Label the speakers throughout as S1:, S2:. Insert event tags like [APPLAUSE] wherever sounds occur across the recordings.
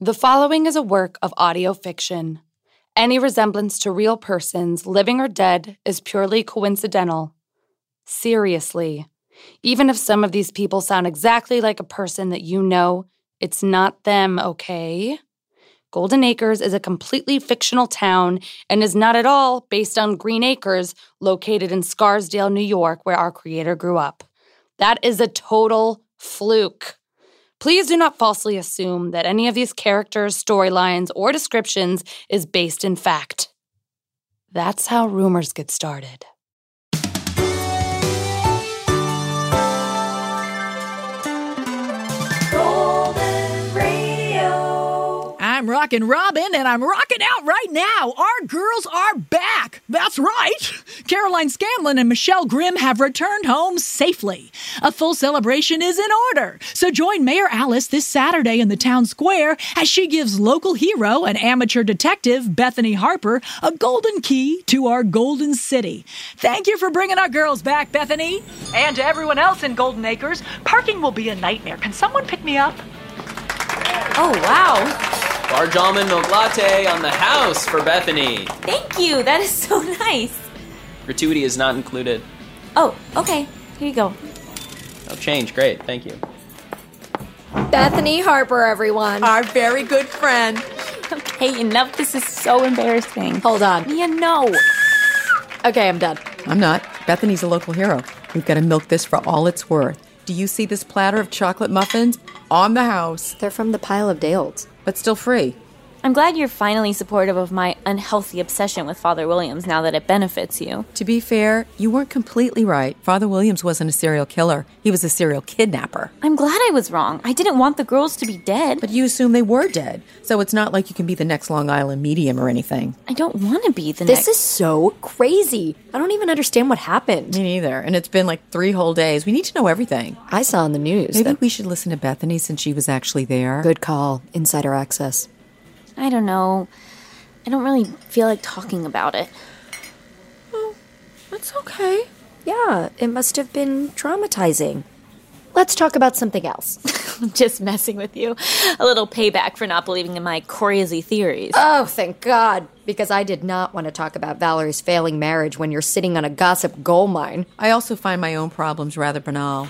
S1: The following is a work of audio fiction. Any resemblance to real persons, living or dead, is purely coincidental. Seriously, even if some of these people sound exactly like a person that you know, it's not them, okay? Golden Acres is a completely fictional town and is not at all based on Green Acres, located in Scarsdale, New York, where our creator grew up. That is a total fluke. Please do not falsely assume that any of these characters, storylines, or descriptions is based in fact. That's how rumors get started.
S2: Golden Radio.
S3: I'm rocking Robin and I'm rocking out right now. Our girls are back. That's right. Caroline Scanlon and Michelle Grimm have returned home safely. A full celebration is in order. So join Mayor Alice this Saturday in the town square as she gives local hero and amateur detective Bethany Harper a golden key to our golden city. Thank you for bringing our girls back, Bethany. And to everyone else in Golden Acres, parking will be a nightmare. Can someone pick me up?
S4: Oh, wow.
S5: Large almond milk latte on the house for Bethany.
S4: Thank you. That is [LAUGHS] so nice.
S5: Gratuity is not included.
S4: Oh, okay. Here you go.
S5: No change. Great. Thank you.
S2: Bethany Harper, everyone.
S6: Our very good friend.
S4: Hey, enough. This is so embarrassing.
S6: Hold on.
S4: Mia, no.
S2: Okay, I'm done.
S6: I'm not. Bethany's a local hero. We've got to milk this for all it's worth. Do you see this platter of chocolate muffins on the house,
S2: They're from the pile of day olds.
S6: but still free?
S4: I'm glad you're finally supportive of my unhealthy obsession with Father Williams now that it benefits you.
S6: To be fair, you weren't completely right. Father Williams wasn't a serial killer, he was a serial kidnapper.
S4: I'm glad I was wrong. I didn't want the girls to be dead.
S6: But you assume they were dead, so it's not like you can be the next Long Island medium or anything.
S4: I don't want to be the
S2: This
S4: next.
S2: is so crazy. I don't even understand what happened.
S6: Me neither. And it's been like three whole days. We need to know everything.
S2: I saw in the news
S6: Maybe
S2: that
S6: we should listen to Bethany since she was actually there.
S2: good call, insider access.
S4: I don't know. I don't really feel like talking about it. [LAUGHS]
S2: That's okay. Yeah, it must have been traumatizing. Let's talk about something else. [LAUGHS]
S4: I'm just messing with you. A little payback for not believing in my crazy theories.
S2: Oh, thank God, because I did not want to talk about Valerie's failing marriage when you're sitting on a gossip gold mine
S6: I also find my own problems rather banal.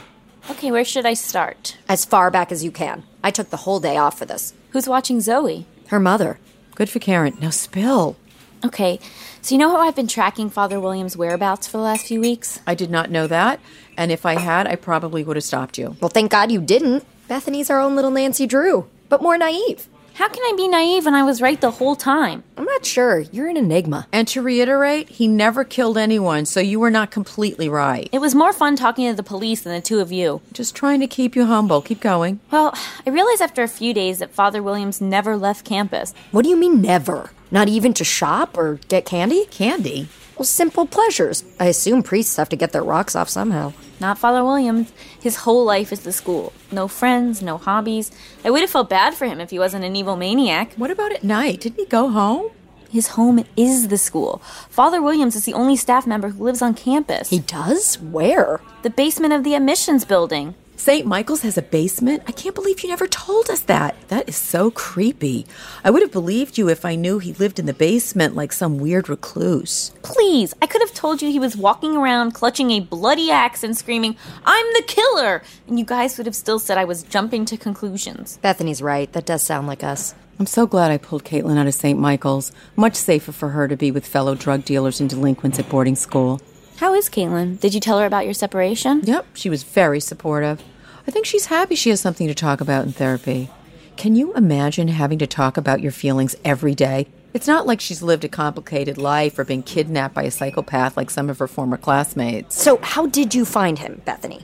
S4: okay, where should I start?
S2: as far back as you can. I took the whole day off for this.
S4: Who's watching Zoe?
S2: Her mother.
S6: Good for Karen. Now spill.
S4: Okay, so you know how I've been tracking Father William's whereabouts for the last few weeks?
S6: I did not know that. And if I had, I probably would have stopped you.
S2: Well, thank God you didn't. Bethany's our own little Nancy Drew, but more naive.
S4: How can I be naive when I was right the whole time?
S2: I'm not sure. You're an enigma.
S6: And to reiterate, he never killed anyone, so you were not completely right.
S4: It was more fun talking to the police than the two of you.
S6: Just trying to keep you humble. Keep going.
S4: Well, I realized after a few days that Father Williams never left campus.
S2: What do you mean never? Not even to shop or get candy?
S6: Candy?
S2: Well, simple pleasures. I assume priests have to get their rocks off somehow.
S4: Not Father Williams. His whole life is the school. No friends, no hobbies. I would have felt bad for him if he wasn't an evil maniac.
S6: What about at night? Didn't he go home?
S4: His home is the school. Father Williams is the only staff member who lives on campus.
S2: He does? Where?
S4: the basement of the admissions building.
S6: St. Michael's has a basement? I can't believe you never told us that. That is so creepy. I would have believed you if I knew he lived in the basement like some weird recluse.
S4: Please, I could have told you he was walking around clutching a bloody axe and screaming, I'm the killer! And you guys would have still said I was jumping to conclusions.
S2: Bethany's right. That does sound like us.
S6: I'm so glad I pulled Caitlin out of St. Michael's. Much safer for her to be with fellow drug dealers and delinquents at boarding school.
S4: How is Caitlin? Did you tell her about your separation?
S6: Yep, she was very supportive. I think she's happy she has something to talk about in therapy. Can you imagine having to talk about your feelings every day? It's not like she's lived a complicated life or been kidnapped by a psychopath like some of her former classmates.
S2: So, how did you find him, Bethany?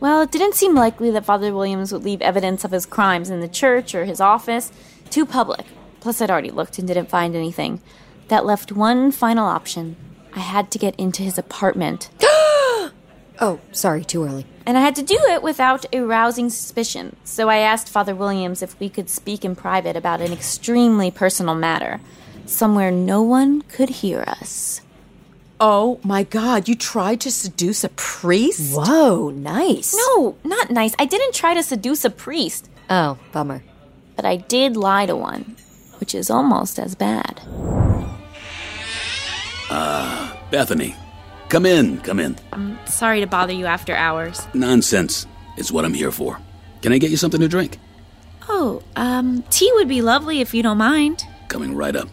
S4: Well, it didn't seem likely that Father Williams would leave evidence of his crimes in the church or his office. Too public. Plus, I'd already looked and didn't find anything. That left one final option. I had to get into his apartment.
S2: Oh, sorry, too early.
S4: And I had to do it without arousing suspicion, so I asked Father Williams if we could speak in private about an extremely personal matter, somewhere no one could hear us.
S6: Oh my god, you tried to seduce a priest?
S2: Whoa, nice.
S7: Oh,
S4: No, not nice. I didn't try to seduce a priest.
S2: Oh, bummer.
S7: but I did lie to one, which is almost as bad.
S8: Bethany, come in, come in.
S7: Sorry to bother you after hours.
S8: Nonsense is what I'm here for. Can I get you something to drink?
S7: Oh, um, tea would be lovely if you don't mind.
S8: Coming right up.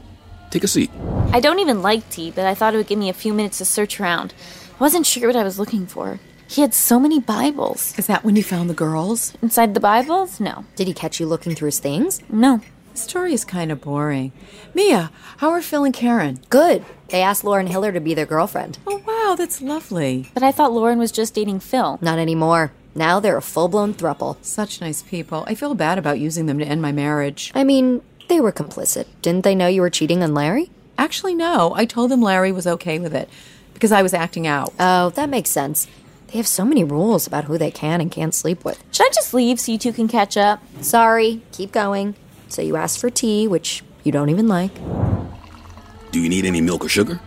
S8: Take a seat.
S7: I don't even like tea, but I thought it would give me a few minutes to search around. I wasn't sure what I was looking for. He had so many Bibles.
S6: Is that when you found the girls?
S7: Inside the Bibles? No.
S2: Did he catch you looking through his things?
S7: No.
S6: The story is kind of boring. Mia, how are Phil and Karen?
S2: Good. They asked Lauren Hiller to be their girlfriend.
S6: Oh, wow, that's lovely.
S7: But I thought Lauren was just dating Phil.
S2: Not anymore. Now they're a full blown thruple.
S6: Such nice people. I feel bad about using them to end my marriage.
S2: I mean, they were complicit. Didn't they know you were cheating on Larry?
S6: Actually, no. I told them Larry was okay with it because I was acting out.
S2: Oh, that makes sense. They have so many rules about who they can and can't sleep with.
S7: Should I just leave so you two can catch up?
S2: Sorry, keep going. So you asked for tea, which you don't even like.
S8: Do you need any milk or sugar?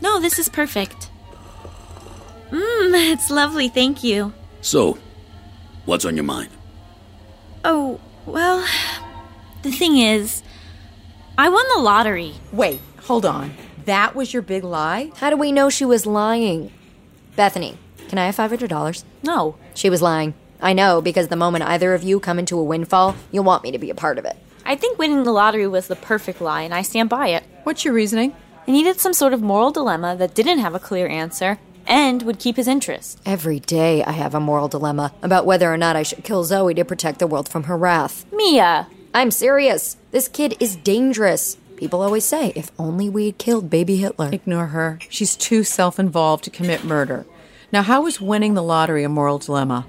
S4: No, this is perfect. Mmm, it's lovely, thank you.
S8: So, what's on your mind?
S4: Oh, well, the thing is, I won the lottery.
S6: Wait, hold on. That was your big lie?
S2: How do we know she was lying? Bethany, can I have $500?
S6: No.
S2: She was lying. I know, because the moment either of you come into a windfall, you'll want me to be a part of it.
S7: I think winning the lottery was the perfect lie, and I stand by it.
S6: What's your reasoning?
S7: I needed some sort of moral dilemma that didn't have a clear answer and would keep his interest.
S2: Every day I have a moral dilemma about whether or not I should kill Zoe to protect the world from her wrath.
S7: Mia!
S2: I'm serious. This kid is dangerous. People always say, if only we had killed baby Hitler.
S6: Ignore her. She's too self involved to commit murder. Now, how is winning the lottery a moral dilemma?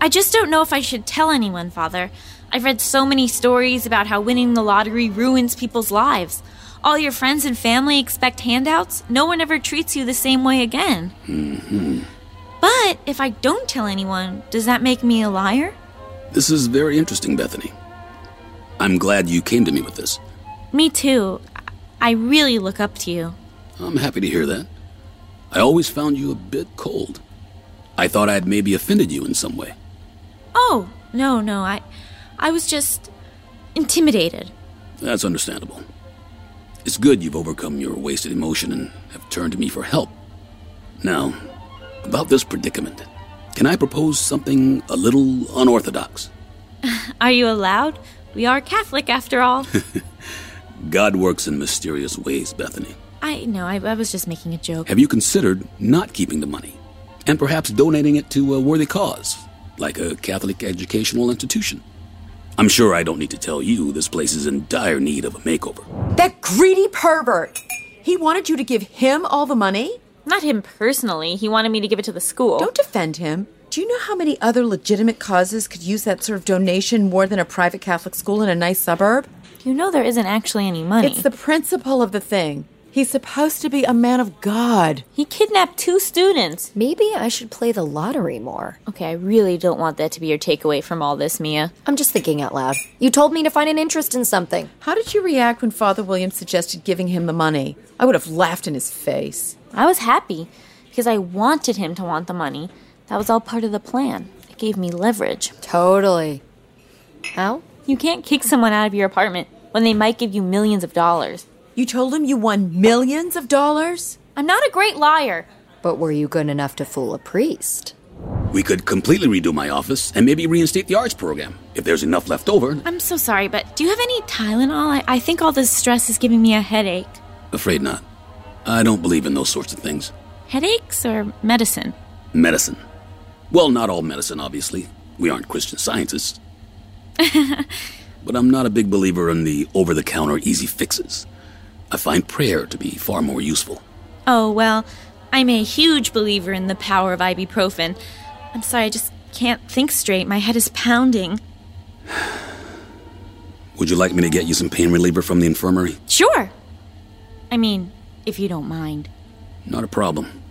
S4: I just don't know if I should tell anyone, Father. I've read so many stories about how winning the lottery ruins people's lives. All your friends and family expect handouts. No one ever treats you the same way again. But if I don't tell anyone, does that make me a liar?
S8: This is very interesting, Bethany. I'm glad you came to me with this.
S4: Me too. I I really look up to you.
S8: I'm happy to hear that. I always found you a bit cold. I thought I'd maybe offended you in some way.
S4: Oh, no, no. I I was just intimidated.
S8: That's understandable. It's good you've overcome your wasted emotion and have turned to me for help. Now, about this predicament, can I propose something a little unorthodox?
S4: Are you allowed? We are Catholic after all.
S8: God works in mysterious ways, Bethany.
S4: I know, I, I was just making a joke.
S8: Have you considered not keeping the money and perhaps donating it to a worthy cause, like a Catholic educational institution? I'm sure I don't need to tell you this place is in dire need of a makeover.
S6: That greedy pervert! He wanted you to give him all the money?
S7: Not him personally, he wanted me to give it to the school.
S6: Don't defend him. Do you know how many other legitimate causes could use that sort of donation more than a private Catholic school in a nice suburb?
S7: you know there isn't actually any money?
S6: It's the principle of the thing. He's supposed to be a man of God.
S7: He kidnapped two students.
S2: Maybe I should play the lottery more.
S7: Okay, I really don't want that to be your takeaway from all this, Mia.
S2: I'm just thinking out loud. You told me to find an interest in something.
S6: How did you react when Father Williams suggested giving him the money? I would have laughed in his face.
S7: I was happy because I wanted him to want the money. That was all part of the plan. It gave me leverage.
S2: Totally. How?
S7: You can't kick someone out of your apartment when they might give you millions of dollars.
S6: You told him you won millions of dollars?
S7: I'm not a great liar.
S2: But were you good enough to fool a priest?
S8: We could completely redo my office and maybe reinstate the arts program. If there's enough left over,
S4: I'm so sorry, but do you have any Tylenol? I, I think all this stress is giving me a headache.
S8: afraid not. I don't believe in those sorts of things.
S4: Headaches or medicine?
S8: Medicine. Well, not all medicine, obviously. We aren't Christian scientists. but I'm not a big believer in the over the counter easy fixes. I find prayer to be far more useful.
S4: Oh, well, I'm a huge believer in the power of ibuprofen. I'm sorry, I just can't think straight. My head is pounding.
S8: Would you like me to get you some pain reliever from the infirmary?
S4: Sure. I mean, if you don't mind.
S8: Not a problem.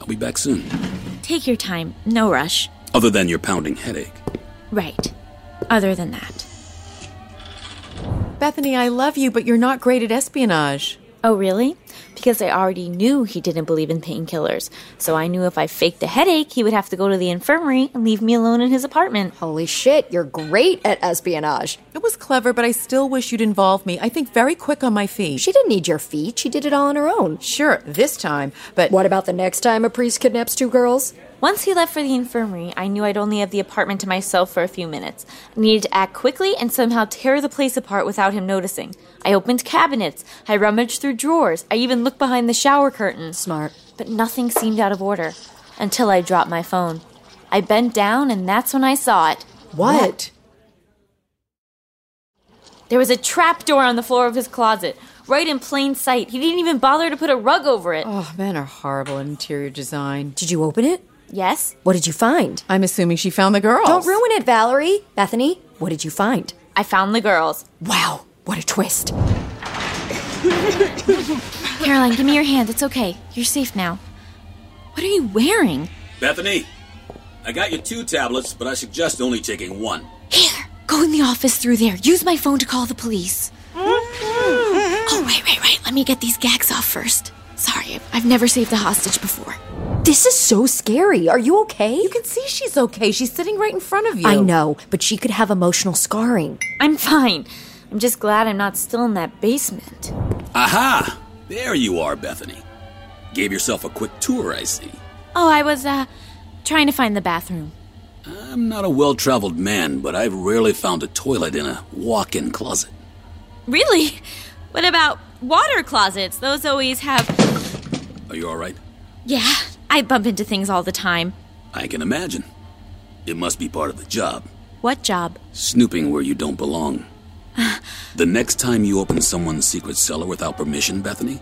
S8: I'll be back soon.
S4: Take your time, no rush.
S8: Other than your pounding headache.
S4: Right. Other than that.
S6: Bethany, I love you, but you're not great at espionage.
S4: Oh, really?
S7: because I already knew he didn't believe in painkillers. So I knew if I faked a headache, he would have to go to the infirmary and leave me alone in his apartment.
S2: Holy shit, you're great at espionage.
S6: It was clever, but I still wish you'd involve me. I think very quick on my feet.
S2: She didn't need your feet, she did it all on her own.
S6: Sure, this time, but
S2: What about the next time a priest kidnaps two girls?
S7: Once he left for the infirmary, I knew I'd only have the apartment to myself for a few minutes. I needed to act quickly and somehow tear the place apart without him noticing. I opened cabinets, I rummaged through drawers, I even looked behind the shower curtains.
S2: Smart.
S7: But nothing seemed out of order until I dropped my phone. I bent down, and that's when I saw it.
S2: What?
S7: There was a trapdoor on the floor of his closet, right in plain sight. He didn't even bother to put a rug over it.
S6: oh, men are horrible in interior design.
S2: Did you open it?
S7: Yes,
S2: What did you find?
S6: I'm assuming she found the girls.
S2: Don't ruin it, Valerie. Bethany, what did you find?
S7: I found the girls.
S2: Wow, what a twist.
S4: Caroline, give me your hand. It's okay. You're safe now. What are you wearing?
S8: Bethany, I got you two tablets, but I suggest only taking one.
S4: Here, go in the office through there. Use my phone to call the police.
S7: Mm-hmm.
S4: oh, wait, wait, wait. Let me get these gags off first. Sorry, I've- I've never saved a hostage before.
S2: This is so scary. Are you okay?
S6: You can see she's okay. She's sitting right in front of you.
S2: I know, but she could have emotional scarring.
S7: I'm fine. I'm just glad I'm not still in that basement.
S8: Aha! There you are, Bethany. Gave yourself a quick tour, I see.
S4: Oh, I was, uh, trying to find the bathroom.
S8: I'm not a well traveled man, but I've rarely found a toilet in a walk in closet.
S4: Really? What about water closets? Those always have.
S8: Are you alright?
S4: Yeah, I bump into things all the time.
S8: I can imagine. It must be part of the job.
S4: What job?
S8: Snooping where you don't belong. the next time you open someone's secret cellar without permission, Bethany,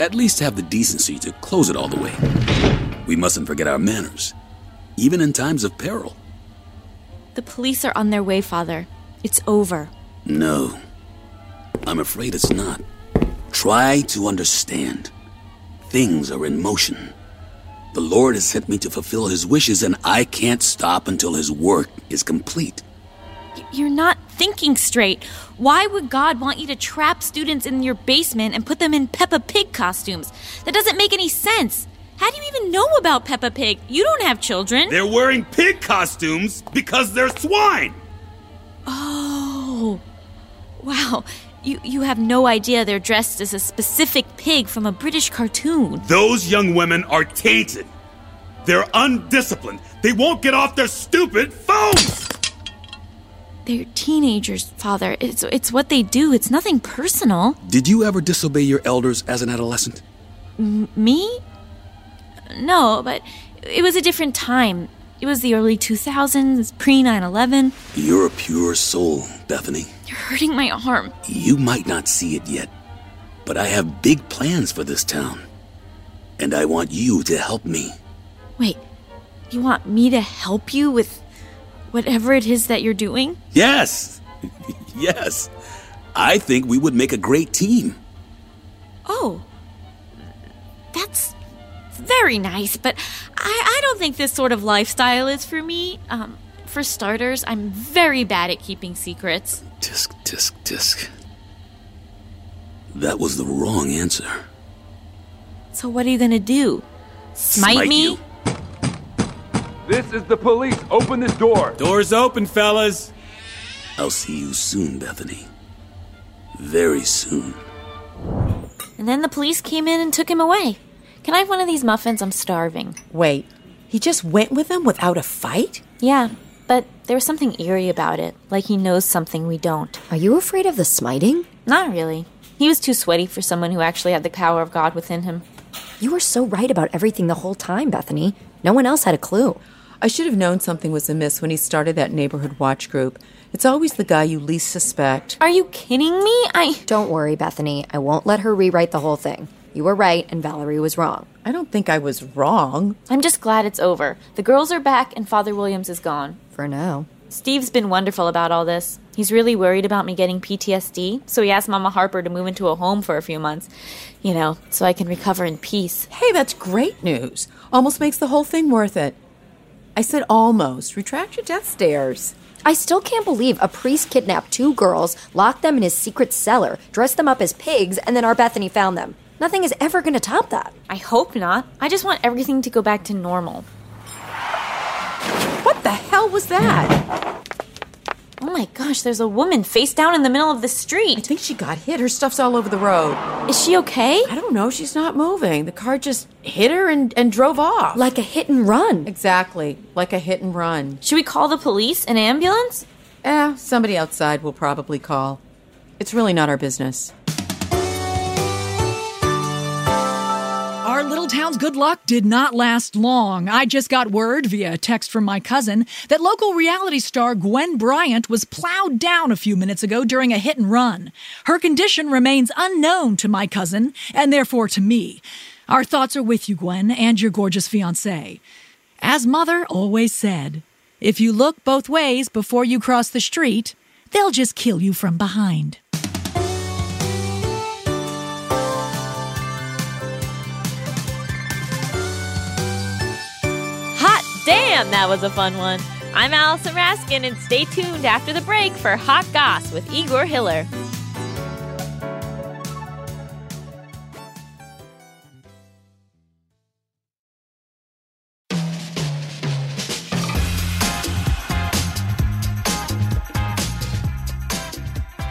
S8: at least have the decency to close it all the way. We mustn't forget our manners, even in times of peril.
S4: The police are on their way, Father. It's over.
S8: No, I'm afraid it's not. Try to understand. Things are in motion. The Lord has sent me to fulfill His wishes, and I can't stop until His work is complete.
S4: Y- You're not thinking straight. Why would God want you to trap students in your basement and put them in Peppa Pig costumes? That doesn't make any sense. How do you even know about Peppa Pig? You don't have children.
S9: They're wearing pig costumes because they're swine.
S4: Oh. Wow. You you have no idea they're dressed as a specific pig from a British cartoon.
S9: Those young women are tainted. They're undisciplined. They won't get off their stupid phones.
S4: They're teenagers, father. It's it's what they do. It's nothing personal.
S8: Did you ever disobey your elders as an adolescent?
S4: Me? No, but it was a different time. It was the early 2000s, pre 9 11.
S8: You're a pure soul, Bethany.
S4: You're hurting my arm.
S8: You might not see it yet, but I have big plans for this town. And I want you to help me.
S4: Wait, you want me to help you with whatever it is that you're doing?
S8: Yes! [LAUGHS] yes! I think we would make a great team.
S4: Oh, that's very nice, but I, I don't think this sort of lifestyle is for me. Um, for starters, I'm very bad at keeping secrets.
S8: Tisk, tisk, tisk. That was the wrong answer.
S4: So, what are you gonna do? Smite, me?
S8: you.
S10: This is the police. Open this door.
S9: Doors open, fellas.
S8: I'll see you soon, Bethany. Very soon.
S7: And then the police came in and took him away. Can I have one of these muffins? I'm starving.
S6: Wait, he just went with them without a fight?
S7: Yeah, but there was something eerie about it, like he knows something we don't.
S2: Are you afraid of the smiting?
S7: Not really. He was too sweaty for someone who actually had the power of God within him.
S2: You were so right about everything the whole time, Bethany. No one else had a clue.
S6: I should have known something was amiss when he started that neighborhood watch group. It's always the guy you least suspect.
S7: Are you kidding me? I.
S2: Don't worry, Bethany. I won't let her rewrite the whole thing. You were right, and Valerie was wrong.
S6: I don't think I was wrong.
S7: I'm just glad it's over. The girls are back and Father Williams is gone.
S2: For now.
S7: Steve's been wonderful about all this. He's really worried about me getting PTSD, so he asked Mama Harper to move into a home for a few months, you know, so I can recover in peace.
S6: Hey, that's great news. Almost makes the whole thing worth it. I said almost. Retract your death stares.
S2: I still can't believe a priest kidnapped two girls, locked them in his secret cellar, dressed them up as pigs, and then our Bethany found them. Nothing is ever going to top that.
S4: I hope not. I just want everything to go back to normal.
S6: What the hell was that?
S4: Oh my gosh, there's a woman face down in the middle of the street. I
S6: think she got hit. Her stuff's all over the road.
S4: Is she okay?
S6: I don't know. She's not moving. The car just hit her and, and drove off.
S2: Like a hit and run.
S6: Exactly. Like a hit and run.
S4: Should we call the police? An ambulance?
S6: Eh, somebody outside will probably call. It's really not our business.
S3: Our little town's good luck did not last long. I just got word via text from my cousin that local reality star Gwen Bryant was plowed down a few minutes ago during a hit and run. Her condition remains unknown to my cousin and therefore to me. Our thoughts are with you, Gwen, and your gorgeous fiance. As mother always said, if you look both ways before you cross the street, they'll just kill you from behind.
S4: Hot damn, that was a fun one. I'm Allison Raskin, and stay tuned after the break for Hot Goss with Igor Hiller.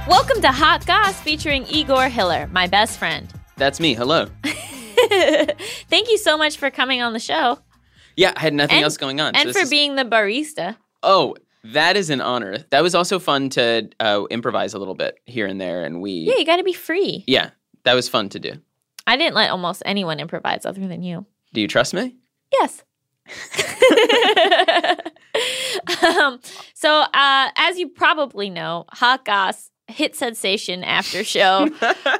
S4: Welcome to Hot Goss featuring Igor Hiller, my best friend.
S5: That's me. Hello.
S4: Thank you so much for coming on the show.
S5: Yeah, I had nothing
S4: And-
S5: else going on. so
S4: And
S5: this
S4: for
S5: is-
S4: being the barista.
S5: Oh, that is an honor. That was also fun to uh, improvise a little bit here and there, and we.
S4: Yeah, you got to be free.
S5: Yeah, that was fun to do.
S4: I didn't let almost anyone improvise other than you.
S5: Do you trust me?
S4: Yes. [LAUGHS] um, so, uh, as you probably know, Hot Goss hit sensation after
S5: [LAUGHS]
S4: show,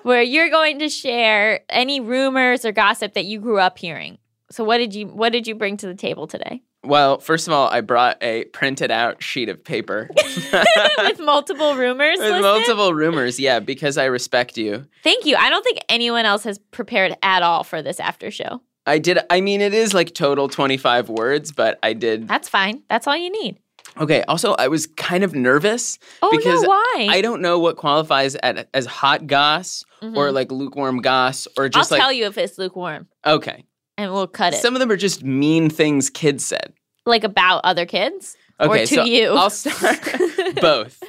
S4: where you're going to share any rumors or gossip that you grew up hearing. So, what did you what did you bring to the table
S5: [LAUGHS]
S4: today?
S5: Well, first of all, I brought a printed out sheet of paper [LAUGHS]
S4: With multiple rumors,
S5: with
S4: listed?
S5: multiple rumors. Yeah, because I respect you.
S4: Thank you. I don't think anyone else has prepared at all for this after show.
S5: I did. I mean, it is like total twenty five words, but I did.
S4: That's fine. That's all you need.
S5: Okay. Also, I was kind of nervous
S4: Oh, no,
S5: because
S4: why?
S5: I don't know what qualifies at, as hot goss or
S4: Mhm.
S5: like lukewarm goss or just
S4: I'll
S5: like
S4: tell you if it's lukewarm,
S5: okay.
S4: and we'll cut it.
S5: Some of them are just mean things kids said.
S4: like about other kids
S5: Okay,
S4: or to
S5: so
S4: you.
S5: I'll start [LAUGHS] both.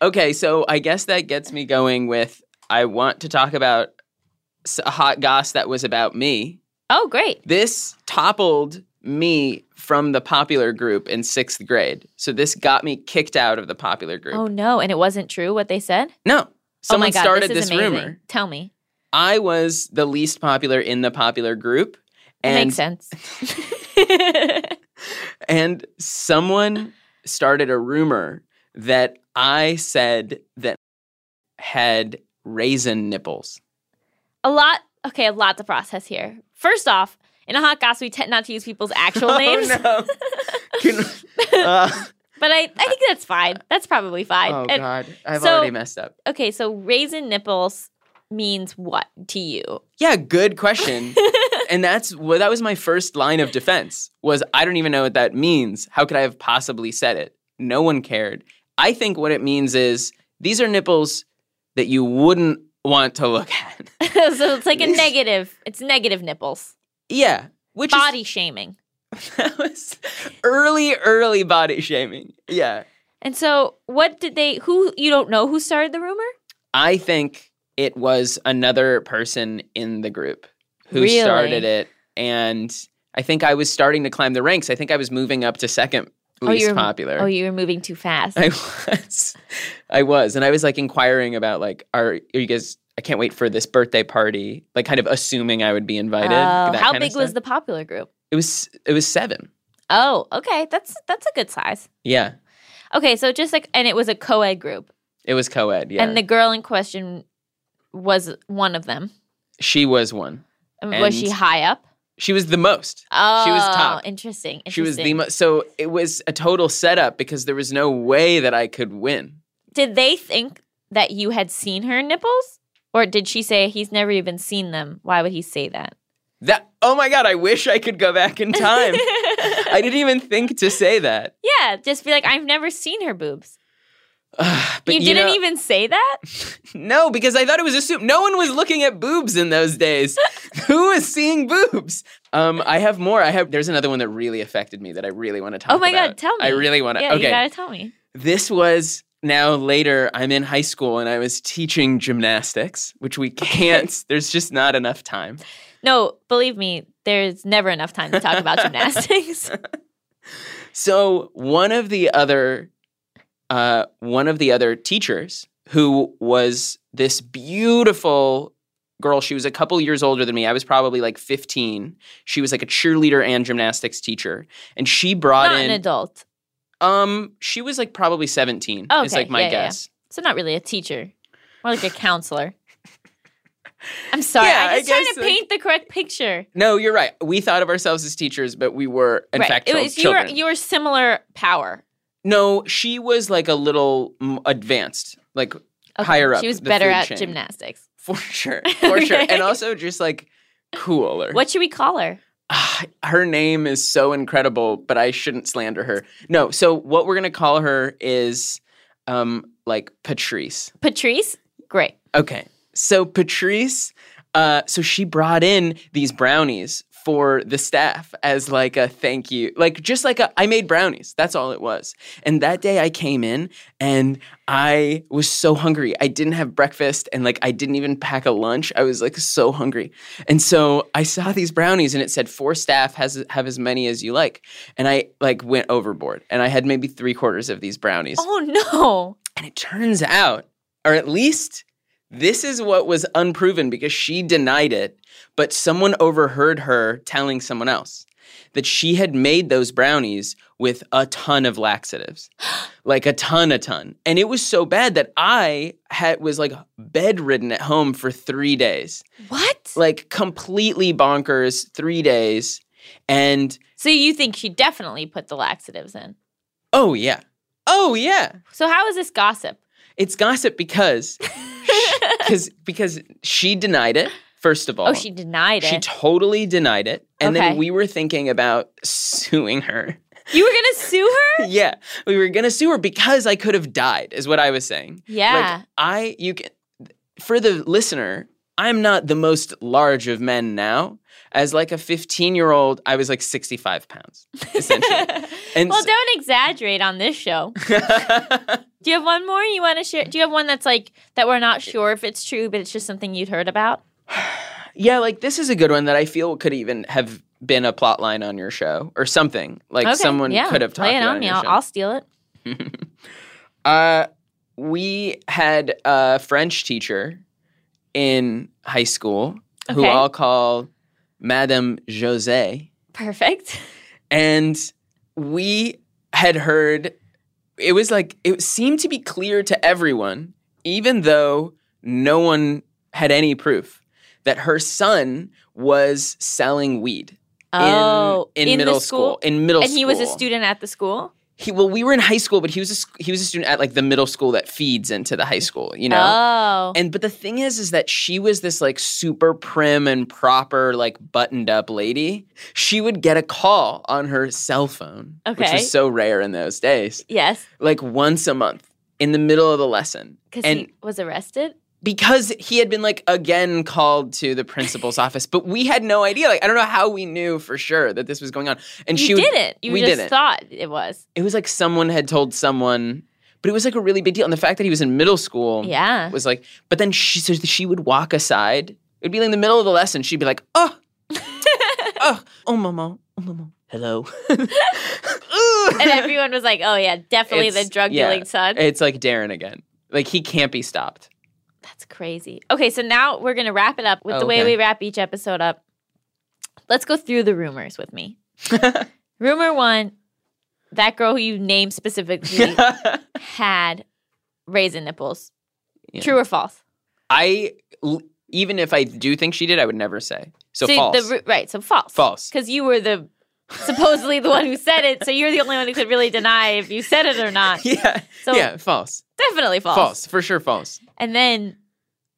S5: Okay, so I guess that gets me going with I want to talk about s- a hot goss that was about me.
S4: [LAUGHS] oh, great.
S5: This toppled me from the popular group in sixth grade. So this got me kicked out of the popular group.
S4: Oh no, and it wasn't true what they said.
S5: No,
S4: oh
S5: someone
S4: my God,
S5: started
S4: this,
S5: this,
S4: is amazing.
S5: rumor.
S4: Tell me,
S5: I was the least popular in the popular group.
S4: it
S5: And
S4: makes sense.
S5: [LAUGHS] And someone started a rumor that I said that had raisin nipples.
S4: a lot. Okay, a lot to process here. First off, in a hot gossip, we tend not to use people's
S5: [LAUGHS]
S4: actual names,
S5: Oh,
S4: [LAUGHS]
S5: no. Can- uh,
S4: but I, I think that's fine. That's probably fine.
S5: oh,
S4: And-
S5: God. I've
S4: so-
S5: already messed up.
S4: Okay, so raisin nipples means what to you? [LAUGHS]
S5: Yeah, good question. and that's well, that was my first line of defense was I don't even know what that means. How could I have possibly said it? No one cared. I think what it means is these are nipples that you wouldn't want to look [LAUGHS] at.
S4: so it's
S5: [LAUGHS]
S4: like a negative. It's negative nipples.
S5: yeah, which is
S4: Body shaming.
S5: [LAUGHS] That was early, early body shaming. Yeah.
S4: And so, what did they? Who you don't know who started the rumor?
S5: I think it was another person in the group who
S4: Really?
S5: started it. And I think I was starting to climb the ranks. I think I was moving up to second
S4: Oh,
S5: least
S4: you're-
S5: popular.
S4: Oh, you were moving too fast.
S5: I [LAUGHS] was. I was. And I was like inquiring about like, are, are you guys I can't wait for this birthday party. Like kind of assuming I would be invited.
S4: Oh,
S5: that
S4: how
S5: kind of
S4: big was
S5: stuff.
S4: the popular group?
S5: It was it was seven.
S4: Oh, okay, that's that's a good size.
S5: Yeah.
S4: Okay, so just like, and it was a co-ed group,
S5: It was co ed, yeah.
S4: and the girl in question was one of them.
S5: she was one.
S4: And was she
S5: And-
S4: high up?
S5: She was the most.
S4: Oh,
S5: she was top.
S4: Interesting.
S5: She was the
S4: interesting.
S5: most. So it was a total setup because there was no way that I could win.
S4: Did they think that you had seen her nipples, or did she say he's never even seen them? Why would he say that?
S5: That oh my god! I wish I could go back
S4: [LAUGHS]
S5: in time. I didn't even think to say that.
S4: Yeah, just be like, I've never seen her boobs.
S5: But
S4: you didn't
S5: know-
S4: even say that?
S5: [LAUGHS] No, because I thought it was assumed. No one was looking at boobs in those days.
S4: [LAUGHS]
S5: Who was seeing boobs? Um, I have more. I have. There's another one that really affected me that I really want to talk.
S4: Oh my
S5: about.
S4: god, tell me.
S5: I really want to.
S4: Yeah,
S5: okay.
S4: you gotta tell me.
S5: this was now later i'm in high school and i was teaching gymnastics
S4: [LAUGHS]
S5: which we can't there's just not enough time
S4: No, believe me, there's never enough time to talk
S5: [LAUGHS]
S4: about gymnastics.
S5: so one of the other uh, one of the other teachers who was this beautiful girl she was a couple years older than me i was probably like 15 she was like a cheerleader and gymnastics teacher and she brought
S4: not an
S5: in
S4: adult,
S5: um she was like probably 17 is
S4: Okay,
S5: like my
S4: yeah, yeah, yeah.
S5: guess
S4: so not really a teacher, more like a counselor. I'm sorry,
S5: Yeah,
S4: I'm
S5: I
S4: just trying
S5: guess,
S4: to
S5: like-
S4: paint the correct picture.
S5: No, you're right. We thought of ourselves as teachers, but we were in
S4: right,
S5: fact
S4: it
S5: chil-
S4: was your
S5: children.
S4: your similar power.
S5: no, she was like a little mm, advanced, like
S4: Okay,
S5: higher up.
S4: she was
S5: the
S4: better
S5: food
S4: at
S5: chain.
S4: gymnastics.
S5: for [LAUGHS] sure, for sure,
S4: Okay.
S5: and also just like cooler.
S4: What should we call her?
S5: Ah, [SIGHS] her name is so incredible, but I shouldn't slander her. No, so what we're gonna call her is um like Patrice.
S4: Patrice.
S5: [LAUGHS]
S4: Great.
S5: Okay. So Patrice, uh, so she brought in these brownies for the staff as like a thank you, like just like a I made brownies. That's all it was. And that day I came in and I was so hungry. I didn't have breakfast and like I didn't even pack a lunch. I was like so hungry. And so I saw these brownies and it said four staff has have as many as you like. And I like went overboard and I had maybe three quarters of these brownies.
S4: Oh no.
S5: And it turns out, or at least this is what was unproven because she denied it, but someone overheard her telling someone else that she had made those brownies with a ton of laxatives. like a ton, a ton. And it was so bad that I had was like bedridden at home for 3 days.
S4: What?
S5: Like completely bonkers, 3 days. And
S4: So you think she definitely put the laxatives in?
S5: oh yeah. Oh yeah.
S4: So how is this gossip?
S5: It's
S4: [LAUGHS]
S5: gossip because because because she denied it first of all.
S4: Oh, she denied
S5: She
S4: it.
S5: totally denied it, and
S4: Okay.
S5: then we were thinking about suing her. [LAUGHS]
S4: you were gonna sue her?
S5: yeah, we were gonna sue her because I could have died, is what I was saying.
S4: Yeah.
S5: like, I you can for the listener. I'm not the most large of men now. As like a 15 year old, I was like 65 pounds
S4: [LAUGHS]
S5: essentially. And
S4: well,
S5: so-
S4: don't exaggerate on this
S5: [LAUGHS]
S4: show. Do you have one more you want to share? Do you have one that's like that we're not sure if it's true, but it's just something you'd heard about?
S5: Yeah, like this is a good one that I feel could even have been a plot line on your show or something. Like
S4: Okay,
S5: someone
S4: yeah,
S5: could have talked
S4: Lay it
S5: about
S4: on
S5: it
S4: me.
S5: your
S4: I'll,
S5: show.
S4: I'll steal it.
S5: Uh, we had a French teacher in high school who
S4: Okay.
S5: I'll call Madame Jose. [LAUGHS]
S4: Perfect.
S5: And we had heard, it was like, it seemed to be clear to everyone, even though no one had any proof, that her son was selling weed. in-
S4: Oh,
S5: in,
S4: in the
S5: middle
S4: school?
S5: In middle
S4: and
S5: school.
S4: he was a student at the school.
S5: He, well, we were in high school, but he was a, sc- he was a student at like the middle school that feeds into the high school, you know?
S4: Oh,
S5: And but the thing is, is that she was this like super prim and proper, like buttoned up lady. She would get a call on her cell phone, which
S4: Okay.
S5: was so rare in those days,
S4: yes,
S5: like once a month in the middle of the lesson.
S4: because
S5: And
S4: he was arrested.
S5: because he had been like again called to the
S4: [LAUGHS]
S5: principal's office, but we had no idea. Like I don't know how we knew for sure that this was going on. And
S4: you
S5: she would-
S4: did it. You
S5: we
S4: just
S5: didn't.
S4: thought it was.
S5: It was like someone had told someone, but it was like a really big deal. And the fact that he was in middle school,
S4: Yeah.
S5: was like, but then she so she would walk aside. It'd be like in the middle of the lesson. She'd be like,
S4: [LAUGHS]
S5: oh, oh, oh, mama, oh, mama, hello. Ooh.
S4: and everyone was like, "Oh yeah, definitely the
S5: It's-
S4: drug
S5: yeah.
S4: dealing son."
S5: It's like Darren again. Like he can't be stopped.
S4: That's crazy. Okay, so now we're gonna wrap it up with the way
S5: Okay.
S4: we wrap each episode up. Let's go through the rumors with me.
S5: [LAUGHS]
S4: Rumor one: that girl who you named
S5: [LAUGHS]
S4: specifically had raisin nipples.
S5: Yeah.
S4: True or false?
S5: I l- even if I do think she did, I would never say. So, false.
S4: The, ru- right. So false.
S5: False.
S4: Because you were the supposedly the one who said it, so you're the only one who could really deny if you said it or not.
S5: [LAUGHS] yeah.
S4: So
S5: yeah. False.
S4: definitely false.
S5: false. For sure. False.
S4: And then,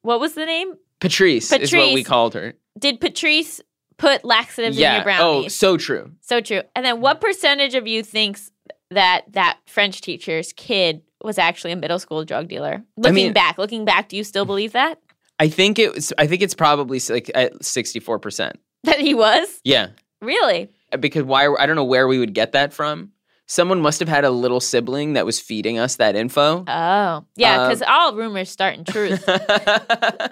S4: what was the name?
S5: Patrice, is what we
S4: Patrice.
S5: called her.
S4: Did Patrice put laxatives in
S5: yeah.
S4: your
S5: Oh,
S4: brownies?
S5: so true.
S4: So true. And then what percentage of you thinks that that French teacher's kid was actually a middle school drug dealer. Looking
S5: mean-
S4: back, looking back, do you still believe that [LAUGHS]
S5: I think it was. I think it's probably s- like at sixty four percent.
S4: that he was
S5: Yeah, Uh,
S4: really?
S5: because why? I don't know where we would get that from. Someone must have had a little sibling that was feeding us that info. [LAUGHS]
S4: Oh, yeah,
S5: Um,
S4: because all rumors start in
S5: [LAUGHS]
S4: truth.
S5: But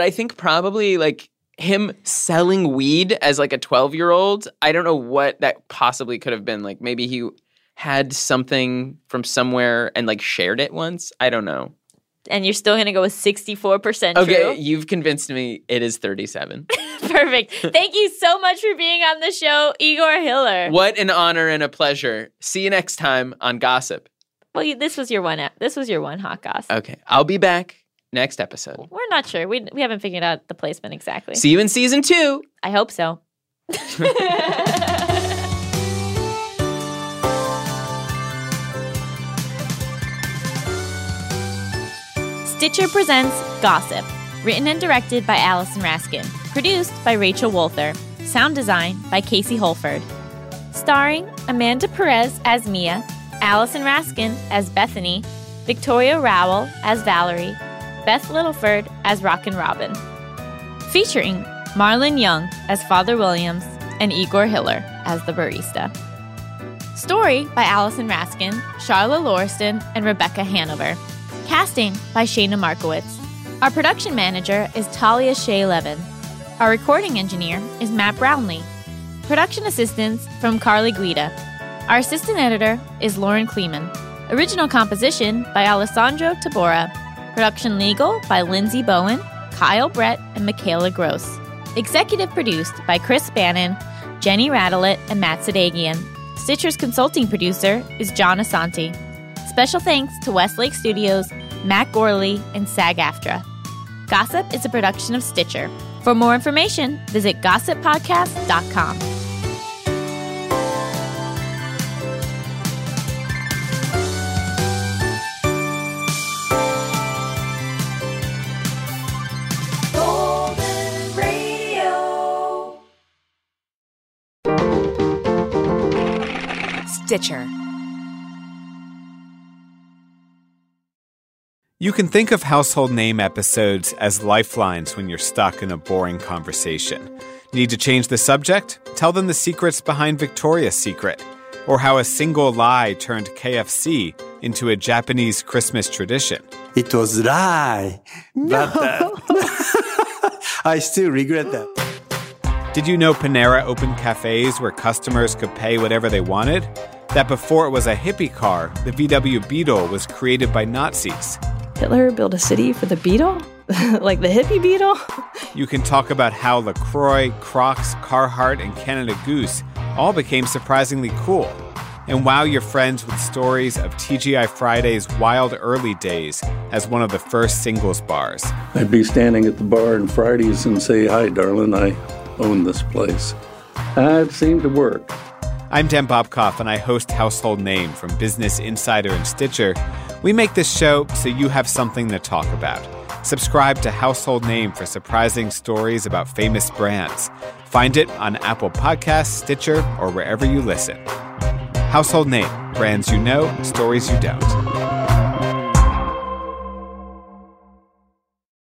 S5: I think probably like him selling weed as like a twelve year old. I don't know what that possibly could have been. Like maybe he had something from somewhere and like shared it once. I don't know.
S4: and you're still gonna go with 64%
S5: Okay,
S4: true.
S5: you've convinced me. It is thirty seven.
S4: [LAUGHS] Perfect. Thank you so much for being on the show, Igor Hiller.
S5: [LAUGHS] What an honor and a pleasure. See you next time on Gossip.
S4: Well, you, this was your one. This was your one hot goss.
S5: Okay, I'll be back next episode.
S4: We're not sure. We we haven't figured out the placement exactly.
S5: See you in season two.
S4: I hope so. Stitcher presents Gossip, written and directed by Allison Raskin, produced by Rachel Wolther, sound design by Casey Holford. Starring Amanda Perez as Mia, Allison Raskin as Bethany, Victoria Rowell as Valerie, Beth Littleford as Rockin' Robin. Featuring Marlon Young as Father Williams and Igor Hiller as the barista. Story by Allison Raskin, Charla Lauriston, and Rebecca Hanover. Casting by Shayna Markowitz. Our production manager is Talia Shea Levin. Our recording engineer is Matt Brownlee. Production assistance from Carly Guida. Our assistant editor is Lauren Kleeman. Original composition by Alessandro Tabora. Production legal by Lindsay Bowen, Kyle Brett, and Michaela Gross. Executive produced by Chris Bannon, Jenny Radelet, and Matt Sedagian. Stitcher's consulting producer is John Asante. Special thanks to Westlake Studios, Matt Gorley, and SAG AFTRA. Gossip is a production of Stitcher. For more information, visit gossippodcast.com.
S11: Stitcher.
S3: You can think of household name episodes as lifelines when you're stuck in a boring conversation. Need to change the subject? Tell them the secrets behind Victoria's Secret, or how a single lie turned KFC into a Japanese Christmas tradition.
S2: It was lie, but uh, [LAUGHS] I still regret that.
S3: Did you know Panera opened cafes where customers could pay whatever they wanted? That before it was a hippie car, the VW Beetle was created by Nazis.
S12: Hitler built a city for the beetle? [LAUGHS] like the hippie beetle?
S3: You can talk about how LaCroix, Crocs, Carhartt, and Canada Goose all became surprisingly cool. And wow your friends with stories of TGI Friday's wild early days as one of the first singles bars.
S8: I'd be standing at the bar on Fridays and say, Hi, darling, I own this place. It seemed to work.
S3: I'm Dan Bobkoff, and I host Household Name from Business Insider and Stitcher. We make this show so you have something to talk about. Subscribe to Household Name for surprising stories about famous brands. Find it on Apple Podcasts, Stitcher, or wherever you listen. Household Name Brands You Know, Stories You Don't.